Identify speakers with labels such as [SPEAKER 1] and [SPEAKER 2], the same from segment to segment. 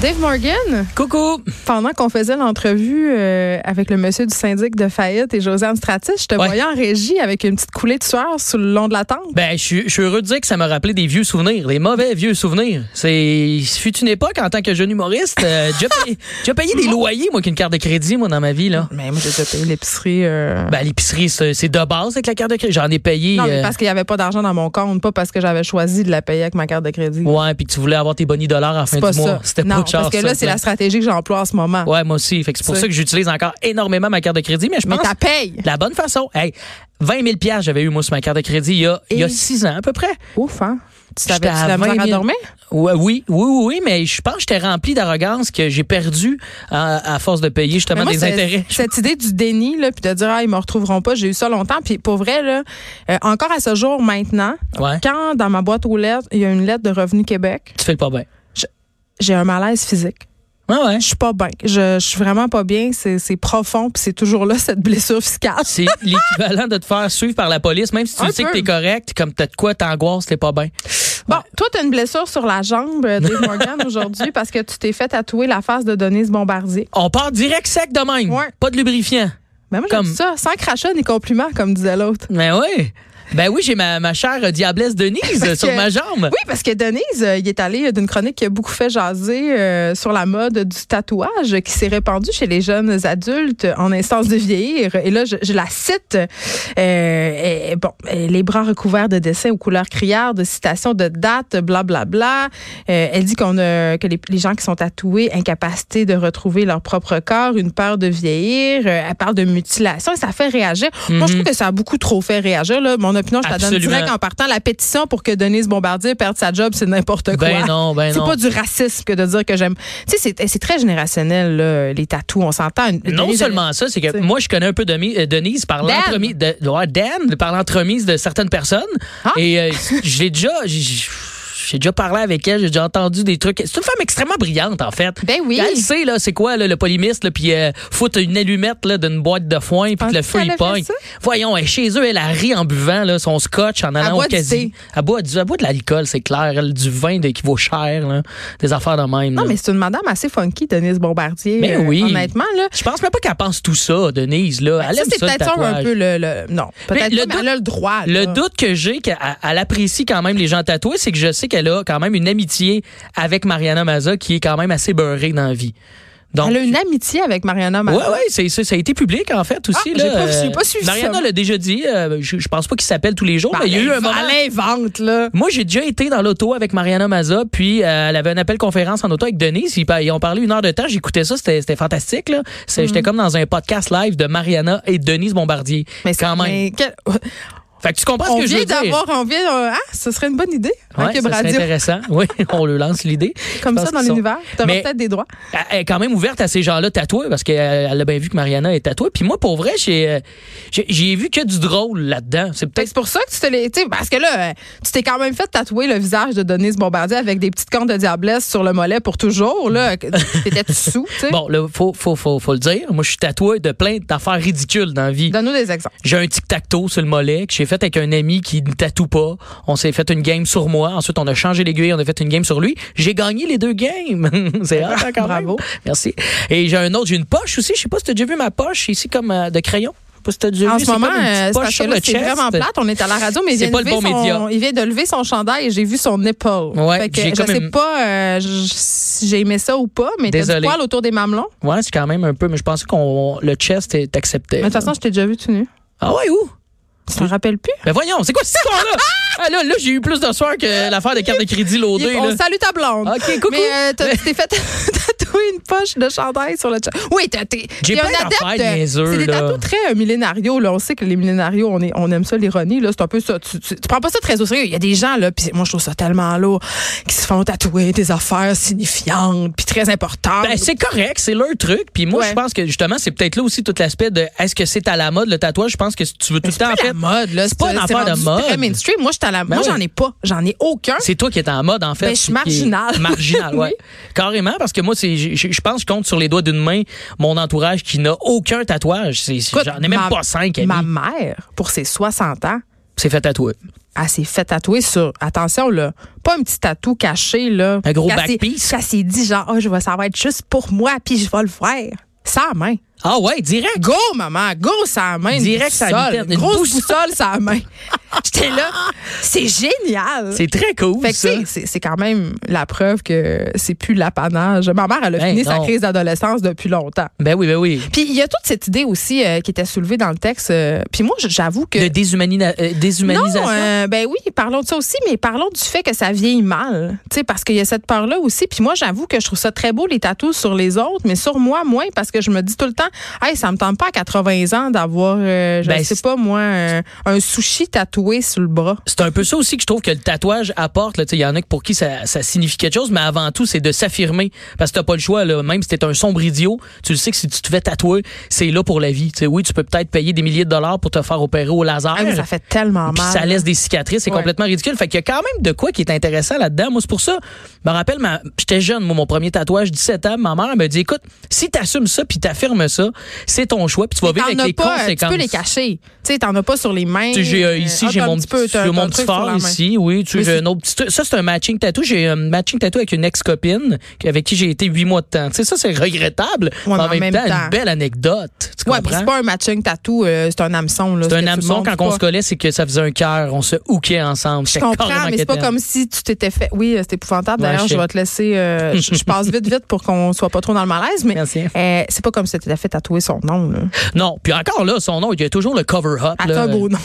[SPEAKER 1] Dave Morgan,
[SPEAKER 2] Coucou!
[SPEAKER 1] pendant qu'on faisait l'entrevue euh, avec le monsieur du syndic de faillite et Josiane Stratis, je te
[SPEAKER 2] Ouais.
[SPEAKER 1] voyais en régie avec une petite coulée de sueur sur le long de la tente.
[SPEAKER 2] Ben, je suis- je suis heureux de dire que ça m'a rappelé des vieux souvenirs, des mauvais vieux souvenirs. C'est, fut une époque en tant que jeune humoriste, euh, j'ai payé, j'ai payé des loyers, moi, qu'une carte de crédit, moi, dans ma vie, là.
[SPEAKER 1] Mais moi, j'ai déjà payé l'épicerie. euh,
[SPEAKER 2] Ben, l'épicerie, c'est c'est de base avec la carte de crédit. J'en ai payé.
[SPEAKER 1] non, mais
[SPEAKER 2] euh,
[SPEAKER 1] parce qu'il n'y avait pas d'argent dans mon compte, pas parce que j'avais choisi de la payer avec ma carte de crédit.
[SPEAKER 2] Ouais, puis que tu voulais avoir tes bonnies dollars à la fin
[SPEAKER 1] C'est pas
[SPEAKER 2] du
[SPEAKER 1] ça.
[SPEAKER 2] mois. C'était
[SPEAKER 1] non,
[SPEAKER 2] pas de
[SPEAKER 1] parce
[SPEAKER 2] chance,
[SPEAKER 1] que là,
[SPEAKER 2] ça. ben.
[SPEAKER 1] c'est la stratégie que j'emploie en ce moment.
[SPEAKER 2] Ouais, moi aussi. Fait que c'est pour
[SPEAKER 1] C'est-
[SPEAKER 2] ça que j'utilise encore énormément ma carte de crédit, mais je
[SPEAKER 1] mais
[SPEAKER 2] pense
[SPEAKER 1] t'as paye.
[SPEAKER 2] de la bonne façon. Hey, 20 000 piastres, j'avais eu, moi, sur ma carte de crédit il y a, il y a
[SPEAKER 1] Et-
[SPEAKER 2] six ans, à peu près.
[SPEAKER 1] Ouf, hein? Tu t'avais
[SPEAKER 2] J'étais à
[SPEAKER 1] tu t'avais
[SPEAKER 2] 20 000.
[SPEAKER 1] endormi?
[SPEAKER 2] Ouais, oui, oui, oui, oui, mais je pense que j'étais rempli d'arrogance que j'ai perdu à, à force de payer justement
[SPEAKER 1] Mais moi,
[SPEAKER 2] des
[SPEAKER 1] c'est-
[SPEAKER 2] intérêts.
[SPEAKER 1] Cette idée du déni, là, puis de dire, ah, ils me retrouveront pas, j'ai eu ça longtemps. Puis pour vrai, là, euh, encore à ce jour maintenant,
[SPEAKER 2] Ouais.
[SPEAKER 1] quand dans ma boîte aux lettres, il y a une lettre de Revenu Québec,
[SPEAKER 2] Tu fais le pas bien.
[SPEAKER 1] j'ai un malaise physique.
[SPEAKER 2] Ouais, ouais.
[SPEAKER 1] Je suis pas bien. Je, je suis vraiment pas bien. C'est c'est profond, puis c'est toujours là, cette blessure fiscale.
[SPEAKER 2] C'est l'équivalent de te faire suivre par la police, même si tu
[SPEAKER 1] Un
[SPEAKER 2] sais que
[SPEAKER 1] peu.
[SPEAKER 2] t'es correct, comme t'as de quoi, t'angoisses, t'es pas bien.
[SPEAKER 1] Bon, toi, t'as une blessure sur la jambe, euh, Dave Morgan, aujourd'hui, parce que tu t'es fait tatouer la face de Denise Bombardier.
[SPEAKER 2] On part direct sec de même.
[SPEAKER 1] Ouais.
[SPEAKER 2] Pas de lubrifiant.
[SPEAKER 1] Mais moi, j'aime
[SPEAKER 2] Comme-
[SPEAKER 1] ça, sans crachat ni compliment, comme disait l'autre.
[SPEAKER 2] Mais oui. Ben oui, j'ai ma, ma chère euh, diablesse Denise euh, sur
[SPEAKER 1] que-
[SPEAKER 2] ma jambe.
[SPEAKER 1] Oui, parce que Denise, euh, il est allé d'une chronique qui a beaucoup fait jaser euh, sur la mode du tatouage euh, qui s'est répandue chez les jeunes adultes euh, en instance de vieillir. Et là, je, je la cite. euh, et- bon, euh, les bras recouverts de dessins aux couleurs criardes, de citations de dates, blablabla. Euh, elle dit qu'on a que les, les gens qui sont tatoués, incapacité de retrouver leur propre corps, une peur de vieillir. Euh, elle parle de mutilation et ça fait réagir. Moi, je trouve que ça a beaucoup trop fait réagir. Là. Mon opinion, je la donne
[SPEAKER 2] Absolument.
[SPEAKER 1] direct en partant. La pétition pour que Denise Bombardier perde sa job, c'est n'importe quoi.
[SPEAKER 2] Ben non, ben
[SPEAKER 1] c'est
[SPEAKER 2] non.
[SPEAKER 1] pas du racisme que de dire que j'aime. Tu sais, c'est- c'est très générationnel, là, les tatous. On s'entend. Une-
[SPEAKER 2] Non
[SPEAKER 1] Euh, Denise,
[SPEAKER 2] seulement ça, c'est que
[SPEAKER 1] T'sais.
[SPEAKER 2] moi, je connais un peu Demi- euh, Denise par
[SPEAKER 1] Dan.
[SPEAKER 2] l'entremise de, ouais, Dan, par l'entremise de certaines personnes.
[SPEAKER 1] Ah.
[SPEAKER 2] Et euh, je l'ai déjà, j'ai j'ai déjà parlé avec elle, j'ai déjà entendu des trucs. C'est une femme extrêmement brillante, en fait.
[SPEAKER 1] Ben oui.
[SPEAKER 2] Elle sait, là, c'est quoi, là, le polymiste, là, puis euh, foutre une allumette, là, d'une boîte de foin, puis que le
[SPEAKER 1] Penses-tu
[SPEAKER 2] feu,
[SPEAKER 1] qu'elle
[SPEAKER 2] il
[SPEAKER 1] a fait
[SPEAKER 2] pogne.
[SPEAKER 1] ça?
[SPEAKER 2] Voyons, elle, est chez eux, elle a ri en buvant, là, son scotch, en allant
[SPEAKER 1] boit
[SPEAKER 2] au
[SPEAKER 1] du
[SPEAKER 2] casier.
[SPEAKER 1] thé.
[SPEAKER 2] Elle boit, du- elle boit de l'alcool, c'est clair. Elle, du vin de- qui vaut cher, là, des affaires de même.
[SPEAKER 1] Non,
[SPEAKER 2] là.
[SPEAKER 1] mais c'est une madame assez funky, Denise Bombardier. euh,
[SPEAKER 2] Ben oui.
[SPEAKER 1] Honnêtement, là.
[SPEAKER 2] Je pense même pas qu'elle pense tout ça, Denise. Là. Elle
[SPEAKER 1] Ben, ça,
[SPEAKER 2] aime
[SPEAKER 1] c'est
[SPEAKER 2] ça, le
[SPEAKER 1] peut-être ça un
[SPEAKER 2] tatouage. Ben,
[SPEAKER 1] peu le. le- non, peut-être
[SPEAKER 2] le
[SPEAKER 1] pas, mais
[SPEAKER 2] doute-
[SPEAKER 1] elle a le droit.
[SPEAKER 2] Le
[SPEAKER 1] là.
[SPEAKER 2] doute que j'ai qu'elle elle apprécie quand même les gens tatoués, c'est que je sais qu'elle a quand même une amitié avec Mariana Maza qui est quand même assez beurrée dans la vie. Donc,
[SPEAKER 1] Elle a une amitié avec Mariana
[SPEAKER 2] ouais,
[SPEAKER 1] Mazza.
[SPEAKER 2] ouais, c'est, c'est- ça a été public en fait aussi.
[SPEAKER 1] Ben, Ah, j'ai
[SPEAKER 2] là.
[SPEAKER 1] pas- j'ai
[SPEAKER 2] Euh,
[SPEAKER 1] pas suivi ça,
[SPEAKER 2] Mariana
[SPEAKER 1] moi.
[SPEAKER 2] l'a déjà dit. euh, je, je pense pas qu'il s'appelle tous les jours,
[SPEAKER 1] Ben,
[SPEAKER 2] mais il y a eu un
[SPEAKER 1] elle-
[SPEAKER 2] moment.
[SPEAKER 1] Elle invente, là.
[SPEAKER 2] Moi, j'ai déjà été dans l'auto avec Mariana Maza, puis euh, elle avait un appel conférence en auto avec Denise. Ils, pa- ils ont parlé une heure de temps. J'écoutais ça, c'était, c'était fantastique. Là.
[SPEAKER 1] Mm-hmm.
[SPEAKER 2] C'est- J'étais comme dans un podcast live de Mariana et Denise Bombardier.
[SPEAKER 1] Mais c'est-
[SPEAKER 2] quand même.
[SPEAKER 1] mais quel-
[SPEAKER 2] Fait que tu comprends
[SPEAKER 1] On
[SPEAKER 2] ce que je
[SPEAKER 1] vient
[SPEAKER 2] veux dire.
[SPEAKER 1] d'avoir, on vient. euh, ah, ce serait une bonne idée.
[SPEAKER 2] Ouais,
[SPEAKER 1] hein, Cube
[SPEAKER 2] ça, c'est
[SPEAKER 1] Radio.
[SPEAKER 2] intéressant. Oui, on le lance l'idée.
[SPEAKER 1] Comme
[SPEAKER 2] Je pense
[SPEAKER 1] ça, dans
[SPEAKER 2] qu'ils sont-
[SPEAKER 1] l'univers. T'auras
[SPEAKER 2] Mais-
[SPEAKER 1] peut-être des droits.
[SPEAKER 2] Elle est quand même ouverte à ces gens-là tatoués parce qu'elle elle a bien vu que Mariana est tatouée. Puis moi, pour vrai, j'ai euh, j'ai- j'ai vu que du drôle là-dedans. C'est
[SPEAKER 1] Fait que
[SPEAKER 2] peut-être
[SPEAKER 1] C'est pour ça que tu te l'es. tu sais, Parce que là, euh, tu t'es quand même fait tatouer le visage de Denise Bombardier avec des petites cornes de diablesse sur le mollet pour toujours. là. T'étais-tu sous? tu sais?
[SPEAKER 2] Mm. bon. Là, faut, faut, faut, faut le dire. Moi, je suis tatoué de plein d'affaires ridicules dans la vie.
[SPEAKER 1] Donne-nous des exemples.
[SPEAKER 2] J'ai un tic-tac-toe sur le mollet que j'ai fait avec un ami qui ne tatoue pas. On s'est fait une game sur moi. Ensuite, on a changé l'aiguille, on a fait une game sur lui. J'ai gagné les deux games. C'est hot, hein, quand même.
[SPEAKER 1] Bravo.
[SPEAKER 2] Merci. Et j'ai un autre, j'ai une poche aussi. Je sais pas si t'as déjà vu ma poche ici comme euh, de crayon. Je sais pas si t'as déjà
[SPEAKER 1] En
[SPEAKER 2] vu.
[SPEAKER 1] ce
[SPEAKER 2] C'est
[SPEAKER 1] moment,
[SPEAKER 2] comme une petite
[SPEAKER 1] euh, c'est
[SPEAKER 2] poche
[SPEAKER 1] parce que
[SPEAKER 2] sur
[SPEAKER 1] là,
[SPEAKER 2] le
[SPEAKER 1] c'est
[SPEAKER 2] chest.
[SPEAKER 1] vraiment plate. On est à la radio, mais il
[SPEAKER 2] C'est
[SPEAKER 1] vient,
[SPEAKER 2] pas
[SPEAKER 1] de
[SPEAKER 2] le
[SPEAKER 1] lever
[SPEAKER 2] bon
[SPEAKER 1] son-
[SPEAKER 2] média.
[SPEAKER 1] il vient de lever son chandail et j'ai vu son épaule.
[SPEAKER 2] Ouais,
[SPEAKER 1] Fait que
[SPEAKER 2] j'ai
[SPEAKER 1] je
[SPEAKER 2] comme
[SPEAKER 1] sais
[SPEAKER 2] une-
[SPEAKER 1] pas euh, je- si j'ai aimé ça ou pas, mais t'as du
[SPEAKER 2] Désolé.
[SPEAKER 1] poil autour des mamelons.
[SPEAKER 2] Ouais, c'est quand même un peu, mais je pensais qu'on le chest est accepté.
[SPEAKER 1] Mais de toute façon, je t'ai déjà vu tout nu.
[SPEAKER 2] ah ouais, où?
[SPEAKER 1] Tu t'en rappelles plus?
[SPEAKER 2] Ben voyons, c'est quoi cette histoire-là? ah là, là, j'ai eu plus de soir que l'affaire de carte de crédit
[SPEAKER 1] Il-
[SPEAKER 2] loadée.
[SPEAKER 1] on
[SPEAKER 2] là.
[SPEAKER 1] salue ta blonde.
[SPEAKER 2] OK, coucou.
[SPEAKER 1] Mais euh, t'as- tu t'es fait tatouer une poche de chandail sur le chat. Oui, t'as- t'es
[SPEAKER 2] J'ai
[SPEAKER 1] t'es
[SPEAKER 2] pas
[SPEAKER 1] un
[SPEAKER 2] d'affaires
[SPEAKER 1] adepte.
[SPEAKER 2] niaiseux,
[SPEAKER 1] C'est des
[SPEAKER 2] là.
[SPEAKER 1] tatous très euh, millénarios. Là. On sait que les millénarios, on, est, on aime ça, l'ironie. là. C'est un peu ça. Tu, tu- tu prends pas ça très au sérieux. Il y a des gens, là, puis moi, je trouve ça tellement lourd, qui se font tatouer des affaires signifiantes, puis très très importante.
[SPEAKER 2] Ben, c'est correct, c'est leur truc. Puis moi,
[SPEAKER 1] Ouais.
[SPEAKER 2] je pense que justement, c'est peut-être là aussi tout l'aspect de est-ce que c'est à la mode le tatouage? Je pense que tu veux tout le temps en
[SPEAKER 1] C'est
[SPEAKER 2] fait.
[SPEAKER 1] la mode, là.
[SPEAKER 2] c'est pas une affaire de
[SPEAKER 1] rendu
[SPEAKER 2] mode.
[SPEAKER 1] Très mainstream. Moi, j'étais à la-
[SPEAKER 2] Ben
[SPEAKER 1] moi,
[SPEAKER 2] oui.
[SPEAKER 1] j'en ai pas. J'en ai aucun.
[SPEAKER 2] C'est toi qui es en mode, en fait.
[SPEAKER 1] Ben, je suis
[SPEAKER 2] qui- qui est
[SPEAKER 1] marginale.
[SPEAKER 2] Marginale, ouais. Carrément, parce que moi, c'est, je, je- je pense que je compte sur les doigts d'une main mon entourage qui n'a aucun tatouage. C'est,
[SPEAKER 1] Écoute,
[SPEAKER 2] j'en ai même
[SPEAKER 1] ma-
[SPEAKER 2] pas cinq,
[SPEAKER 1] Ma
[SPEAKER 2] Ami.
[SPEAKER 1] mère, pour ses 60 ans,
[SPEAKER 2] C'est fait tatouer.
[SPEAKER 1] elle s'est fait tatouer sur, attention là, pas un petit tatou caché là.
[SPEAKER 2] Un gros
[SPEAKER 1] Qu'elle s'est-
[SPEAKER 2] backpiece.
[SPEAKER 1] qu'elle s'est dit genre, oh, je vais, ça va être juste pour moi, puis je vais le faire. Sa main.
[SPEAKER 2] Ah ouais, direct.
[SPEAKER 1] Go, maman, go, sa main. une
[SPEAKER 2] Direct, ça
[SPEAKER 1] boussole,
[SPEAKER 2] habite-
[SPEAKER 1] une
[SPEAKER 2] une
[SPEAKER 1] grosse
[SPEAKER 2] boussole.
[SPEAKER 1] boussole, sa main. J'étais là, c'est génial.
[SPEAKER 2] C'est très cool.
[SPEAKER 1] Fait que
[SPEAKER 2] ça.
[SPEAKER 1] c'est- c'est c'est quand même la preuve que c'est plus l'apanage. Ma mère, elle a
[SPEAKER 2] Ben
[SPEAKER 1] fini sa
[SPEAKER 2] non.
[SPEAKER 1] crise d'adolescence depuis longtemps.
[SPEAKER 2] Ben oui, ben oui.
[SPEAKER 1] Puis il y a toute cette idée aussi euh, qui était soulevée dans le texte. euh, puis moi, j- j'avoue que...
[SPEAKER 2] De déshumanina- euh, déshumanisation.
[SPEAKER 1] Non, euh, ben oui, parlons de ça aussi, mais parlons du fait que ça vieillit mal. Tu sais, parce qu'il y a cette peur-là aussi. Puis moi, j'avoue que je trouve ça très beau, les tatous sur les autres, mais sur moi, moins, parce que je me dis tout le temps, hey, ça me tente pas à 80 ans d'avoir, euh, je
[SPEAKER 2] Ben,
[SPEAKER 1] sais
[SPEAKER 2] c'est-
[SPEAKER 1] pas moi, un, un sushi tatoué sur le bras.
[SPEAKER 2] C'est un peu ça aussi que je trouve que le tatouage apporte. là. Tu sais, Il y en a pour qui ça, ça signifie quelque chose, mais avant tout, c'est de s'affirmer. Parce que t'as pas le choix. Là. Même si t'es un sombre idiot, tu le sais que si tu te fais tatouer, c'est là pour la vie. Tu sais, oui, tu peux peut-être payer des milliers de dollars pour te faire opérer au laser.
[SPEAKER 1] Ah oui, ça fait tellement
[SPEAKER 2] Puis
[SPEAKER 1] mal.
[SPEAKER 2] ça laisse des cicatrices, c'est
[SPEAKER 1] Ouais.
[SPEAKER 2] complètement ridicule. Fait qu'il y a quand même de quoi qui est intéressant là-dedans. Moi, c'est pour ça. Je me rappelle, ma... j'étais jeune, moi, mon premier tatouage, 17 ans, ma mère elle me dit, écoute, si t'assumes ça puis t'affirmes ça, c'est ton choix puis tu vas vivre
[SPEAKER 1] T'en
[SPEAKER 2] avec
[SPEAKER 1] as
[SPEAKER 2] les
[SPEAKER 1] pas, euh, tu
[SPEAKER 2] conséquences.
[SPEAKER 1] peux les cacher. Tu sais, t'en as pas sur les mains.
[SPEAKER 2] Tu sais, j'ai, euh, ici,
[SPEAKER 1] Ah,
[SPEAKER 2] j'ai
[SPEAKER 1] t'as un
[SPEAKER 2] mon
[SPEAKER 1] peu,
[SPEAKER 2] petit,
[SPEAKER 1] t'as-
[SPEAKER 2] j'ai
[SPEAKER 1] t'as
[SPEAKER 2] mon
[SPEAKER 1] un
[SPEAKER 2] petit
[SPEAKER 1] truc sur la
[SPEAKER 2] phare
[SPEAKER 1] main.
[SPEAKER 2] ici, oui. Tu sais,
[SPEAKER 1] Mais
[SPEAKER 2] j'ai
[SPEAKER 1] c'est-
[SPEAKER 2] un autre petit truc. Ça, c'est un matching tattoo. J'ai un matching tattoo avec une ex-copine que- avec qui j'ai été huit mois de temps. Tu sais, ça, c'est regrettable.
[SPEAKER 1] Ouais, mais
[SPEAKER 2] mais en même, temps, une belle anecdote. Tu
[SPEAKER 1] Ouais, puis
[SPEAKER 2] comprends?
[SPEAKER 1] c'est pas un matching tatou, euh, c'est un hameçon. là,
[SPEAKER 2] C'est
[SPEAKER 1] ce que
[SPEAKER 2] un
[SPEAKER 1] tu
[SPEAKER 2] hameçon,
[SPEAKER 1] montres
[SPEAKER 2] quand on
[SPEAKER 1] pas.
[SPEAKER 2] se collait, c'est que ça faisait un cœur. On se hookait ensemble.
[SPEAKER 1] Je comprends, mais c'est pas comme si tu t'étais fait. Oui, euh, c'est épouvantable.
[SPEAKER 2] Ouais,
[SPEAKER 1] D'ailleurs,
[SPEAKER 2] je
[SPEAKER 1] je
[SPEAKER 2] sais.
[SPEAKER 1] vais te laisser. euh, je je passe vite, vite pour qu'on soit pas trop dans le malaise, mais
[SPEAKER 2] Merci.
[SPEAKER 1] euh, c'est pas comme si tu t'étais fait tatouer son nom. Là.
[SPEAKER 2] Non, puis encore là, son nom, il y a toujours le cover-up.
[SPEAKER 1] Ah,
[SPEAKER 2] là. euh,
[SPEAKER 1] t'as un beau nom.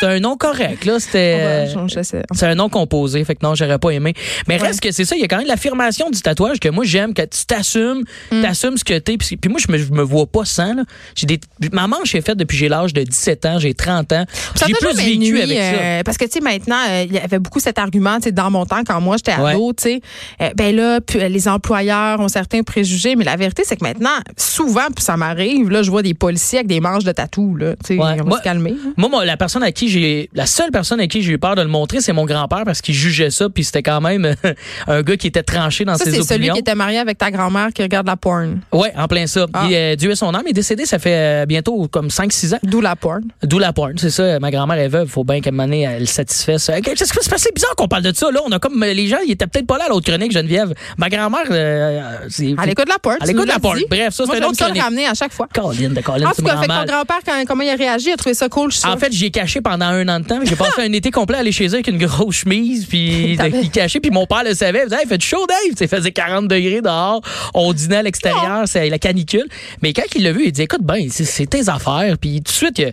[SPEAKER 2] C'est un nom correct, là. C'était.
[SPEAKER 1] On va- je- je sais.
[SPEAKER 2] C'est un nom composé, fait que non, j'aurais pas aimé. Mais reste que c'est ça, il y a quand même l'affirmation du tatouage que moi j'aime, que tu t'assumes,
[SPEAKER 1] Mm.
[SPEAKER 2] t'assumes ce que t'es. Puis puis moi, je me, je me vois pas sans. Là. J'ai des, ma manche est faite depuis j'ai l'âge de 17 ans, j'ai 30 ans.
[SPEAKER 1] Ça
[SPEAKER 2] J'ai
[SPEAKER 1] m'a
[SPEAKER 2] plus
[SPEAKER 1] jamais
[SPEAKER 2] vécu
[SPEAKER 1] nui,
[SPEAKER 2] avec ça.
[SPEAKER 1] euh, parce que, tu sais, maintenant, euh, il y avait beaucoup cet argument, tu sais, dans mon temps, quand moi, j'étais
[SPEAKER 2] Ouais.
[SPEAKER 1] ado, tu sais, euh, ben là, puis, euh, les employeurs ont certains préjugés, mais la vérité, c'est que maintenant, souvent, puis ça m'arrive, là, je vois des policiers avec des manches de tatou, là, tu sais,
[SPEAKER 2] Ouais.
[SPEAKER 1] on va
[SPEAKER 2] Moi-
[SPEAKER 1] se calmer. hein.
[SPEAKER 2] Moi, moi, la personne à qui j'ai, la seule personne à qui j'ai eu peur de le montrer, c'est mon grand-père parce qu'il jugeait ça, puis c'était quand même un gars qui était tranché dans
[SPEAKER 1] Ça,
[SPEAKER 2] ses
[SPEAKER 1] c'est
[SPEAKER 2] opinions.
[SPEAKER 1] celui qui était marié avec ta grand-mère qui regarde la porn.
[SPEAKER 2] Ouais, en plein ça.
[SPEAKER 1] Ah.
[SPEAKER 2] Il, euh, Dieu est son âme, il est décédé, ça fait euh, bientôt comme 5-6 ans.
[SPEAKER 1] D'où la porn.
[SPEAKER 2] D'où la porn, c'est ça. Ma grand-mère est veuve, faut bien qu'à un moment donné, elle satisfait ça. Qu'est-ce qui se passe? C'est bizarre qu'on parle de ça, là. On a comme, euh, les gens, ils étaient peut-être pas là à l'autre chronique, Geneviève. Ma grand-mère, euh, euh, c'est.
[SPEAKER 1] À l'écoute de la porte.
[SPEAKER 2] À l'écoute de la porte. Bref, ça, c'est
[SPEAKER 1] Moi,
[SPEAKER 2] une
[SPEAKER 1] j'aime
[SPEAKER 2] autre
[SPEAKER 1] ça le
[SPEAKER 2] chronique. Ah,
[SPEAKER 1] ramener à chaque fois.
[SPEAKER 2] Colin, de Colin,
[SPEAKER 1] En
[SPEAKER 2] tu
[SPEAKER 1] tout
[SPEAKER 2] me
[SPEAKER 1] cas,
[SPEAKER 2] rends
[SPEAKER 1] Ah, fait que ton
[SPEAKER 2] mal.
[SPEAKER 1] grand-père, quand, comment il a réagi, il a trouvé ça Ah! cool, je suis
[SPEAKER 2] En fait, j'ai caché pendant un an de temps. J'ai passé un été complet à aller chez eux avec une grosse chemise, puis
[SPEAKER 1] T'avais-
[SPEAKER 2] il cachait, puis mon père le savait. Il faisait, hey, fait chaud, Dave. Il faisait 40 degrés dehors. On dînait à l'extérieur, c'est la canicule. Mais quand il l'a vu, il dit, écoute, ben, c'est- c'est tes affaires. Puis tout de suite, il a-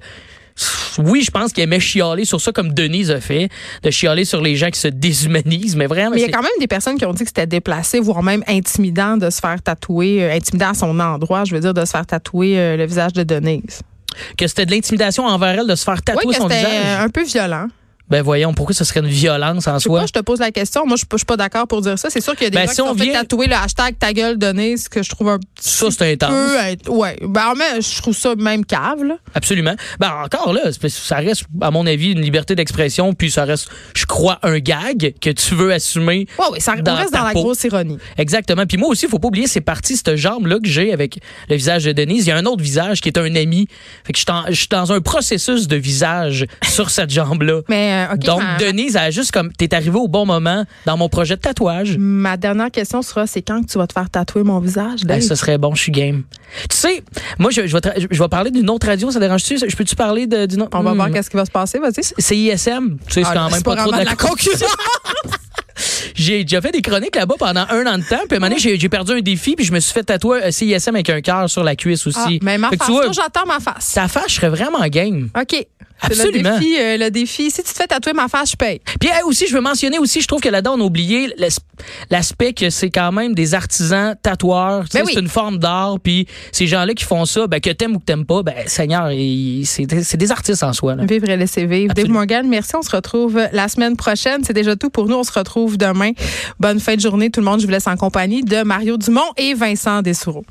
[SPEAKER 2] oui, je pense qu'il aimait chialer sur ça comme Denise a fait, de chialer sur les gens qui se déshumanisent, mais vraiment.
[SPEAKER 1] Mais il y
[SPEAKER 2] c'est-
[SPEAKER 1] a quand même des personnes qui ont dit que c'était déplacé, voire même intimidant de se faire tatouer, euh, intimidant à son endroit, je veux dire, de se faire tatouer euh, le visage de Denise.
[SPEAKER 2] que c'était de l'intimidation envers elle de se faire tatouer
[SPEAKER 1] Oui, que
[SPEAKER 2] son
[SPEAKER 1] c'était
[SPEAKER 2] visage.
[SPEAKER 1] euh, un peu violent.
[SPEAKER 2] Ben voyons, pourquoi ce serait une violence en
[SPEAKER 1] Je sais
[SPEAKER 2] soi?
[SPEAKER 1] pas, je te pose la question. Moi, je suis pas- je suis pas d'accord pour dire ça. C'est sûr qu'il y a des
[SPEAKER 2] Ben,
[SPEAKER 1] gens
[SPEAKER 2] si
[SPEAKER 1] qui
[SPEAKER 2] on
[SPEAKER 1] ont fait
[SPEAKER 2] vient-
[SPEAKER 1] tatouer le hashtag ta gueule Denise, que je trouve un petit
[SPEAKER 2] Ça, c'est intense.
[SPEAKER 1] peu. euh, Ouais. Ben, en même, je trouve ça même cave, là.
[SPEAKER 2] Absolument. Ben encore là, c'est- ça reste, à mon avis, une liberté d'expression, puis ça reste, je crois, un gag que tu veux assumer.
[SPEAKER 1] Ouais, ouais, ça,
[SPEAKER 2] Dans
[SPEAKER 1] on reste
[SPEAKER 2] ta
[SPEAKER 1] dans la
[SPEAKER 2] peau.
[SPEAKER 1] grosse ironie.
[SPEAKER 2] Exactement. Puis moi aussi, faut pas oublier, c'est parti, cette jambe-là que j'ai avec le visage de Denise. Il y a un autre visage qui est un ami. Fait que je suis en- je suis dans un processus de visage sur cette jambe-là.
[SPEAKER 1] Mais, euh, OK.
[SPEAKER 2] Donc,
[SPEAKER 1] ma-
[SPEAKER 2] Denise, elle a juste comme, t'es arrivé au bon moment dans mon projet de tatouage.
[SPEAKER 1] Ma dernière question sera c'est quand que tu vas te faire tatouer mon visage? Dave?
[SPEAKER 2] Hey, ça Ben, serait bon, je suis game. Tu sais, moi, je, je vais, tra- je vais parler d'une autre radio, ça dérange-tu? Je peux-tu parler de- d'une autre?
[SPEAKER 1] On va
[SPEAKER 2] Hmm.
[SPEAKER 1] voir qu'est-ce qui va se passer, vas-y.
[SPEAKER 2] C'est ISM, tu sais, c'est
[SPEAKER 1] Ah,
[SPEAKER 2] quand
[SPEAKER 1] non,
[SPEAKER 2] même
[SPEAKER 1] c'est
[SPEAKER 2] pas, trop de la,
[SPEAKER 1] concurrence.
[SPEAKER 2] J'ai déjà fait des chroniques là-bas pendant un an de temps. Puis à un moment donné, j'ai- j'ai perdu un défi, puis je me suis fait tatouer euh, un CISM avec un cœur sur la cuisse aussi.
[SPEAKER 1] Ah, mais ma
[SPEAKER 2] Fait que
[SPEAKER 1] face,
[SPEAKER 2] tu vois,
[SPEAKER 1] moi, j'attends ma face.
[SPEAKER 2] sa face, je serais vraiment game.
[SPEAKER 1] OK. C'est le
[SPEAKER 2] Absolument.
[SPEAKER 1] défi, euh, le défi. Si tu te fais tatouer ma face, je paye.
[SPEAKER 2] Puis eh, aussi, je veux mentionner aussi, je trouve que là-dedans, on a oublié l'as- l'aspect que c'est quand même des artisans tatoueurs. Tu sais,
[SPEAKER 1] Ben oui.
[SPEAKER 2] C'est une forme d'art. Puis ces gens-là qui font ça, ben, que t'aimes ou que t'aimes pas, ben, Seigneur, ils- c'est des c'est des artistes en soi. là.
[SPEAKER 1] Vivre et laisser vivre. Dave
[SPEAKER 2] Absolument.
[SPEAKER 1] Morgan, merci. On se retrouve la semaine prochaine. C'est déjà tout pour nous. On se retrouve demain Bonne fin de journée, tout le monde. Je vous laisse en compagnie de Mario Dumont et Vincent Dessoureau.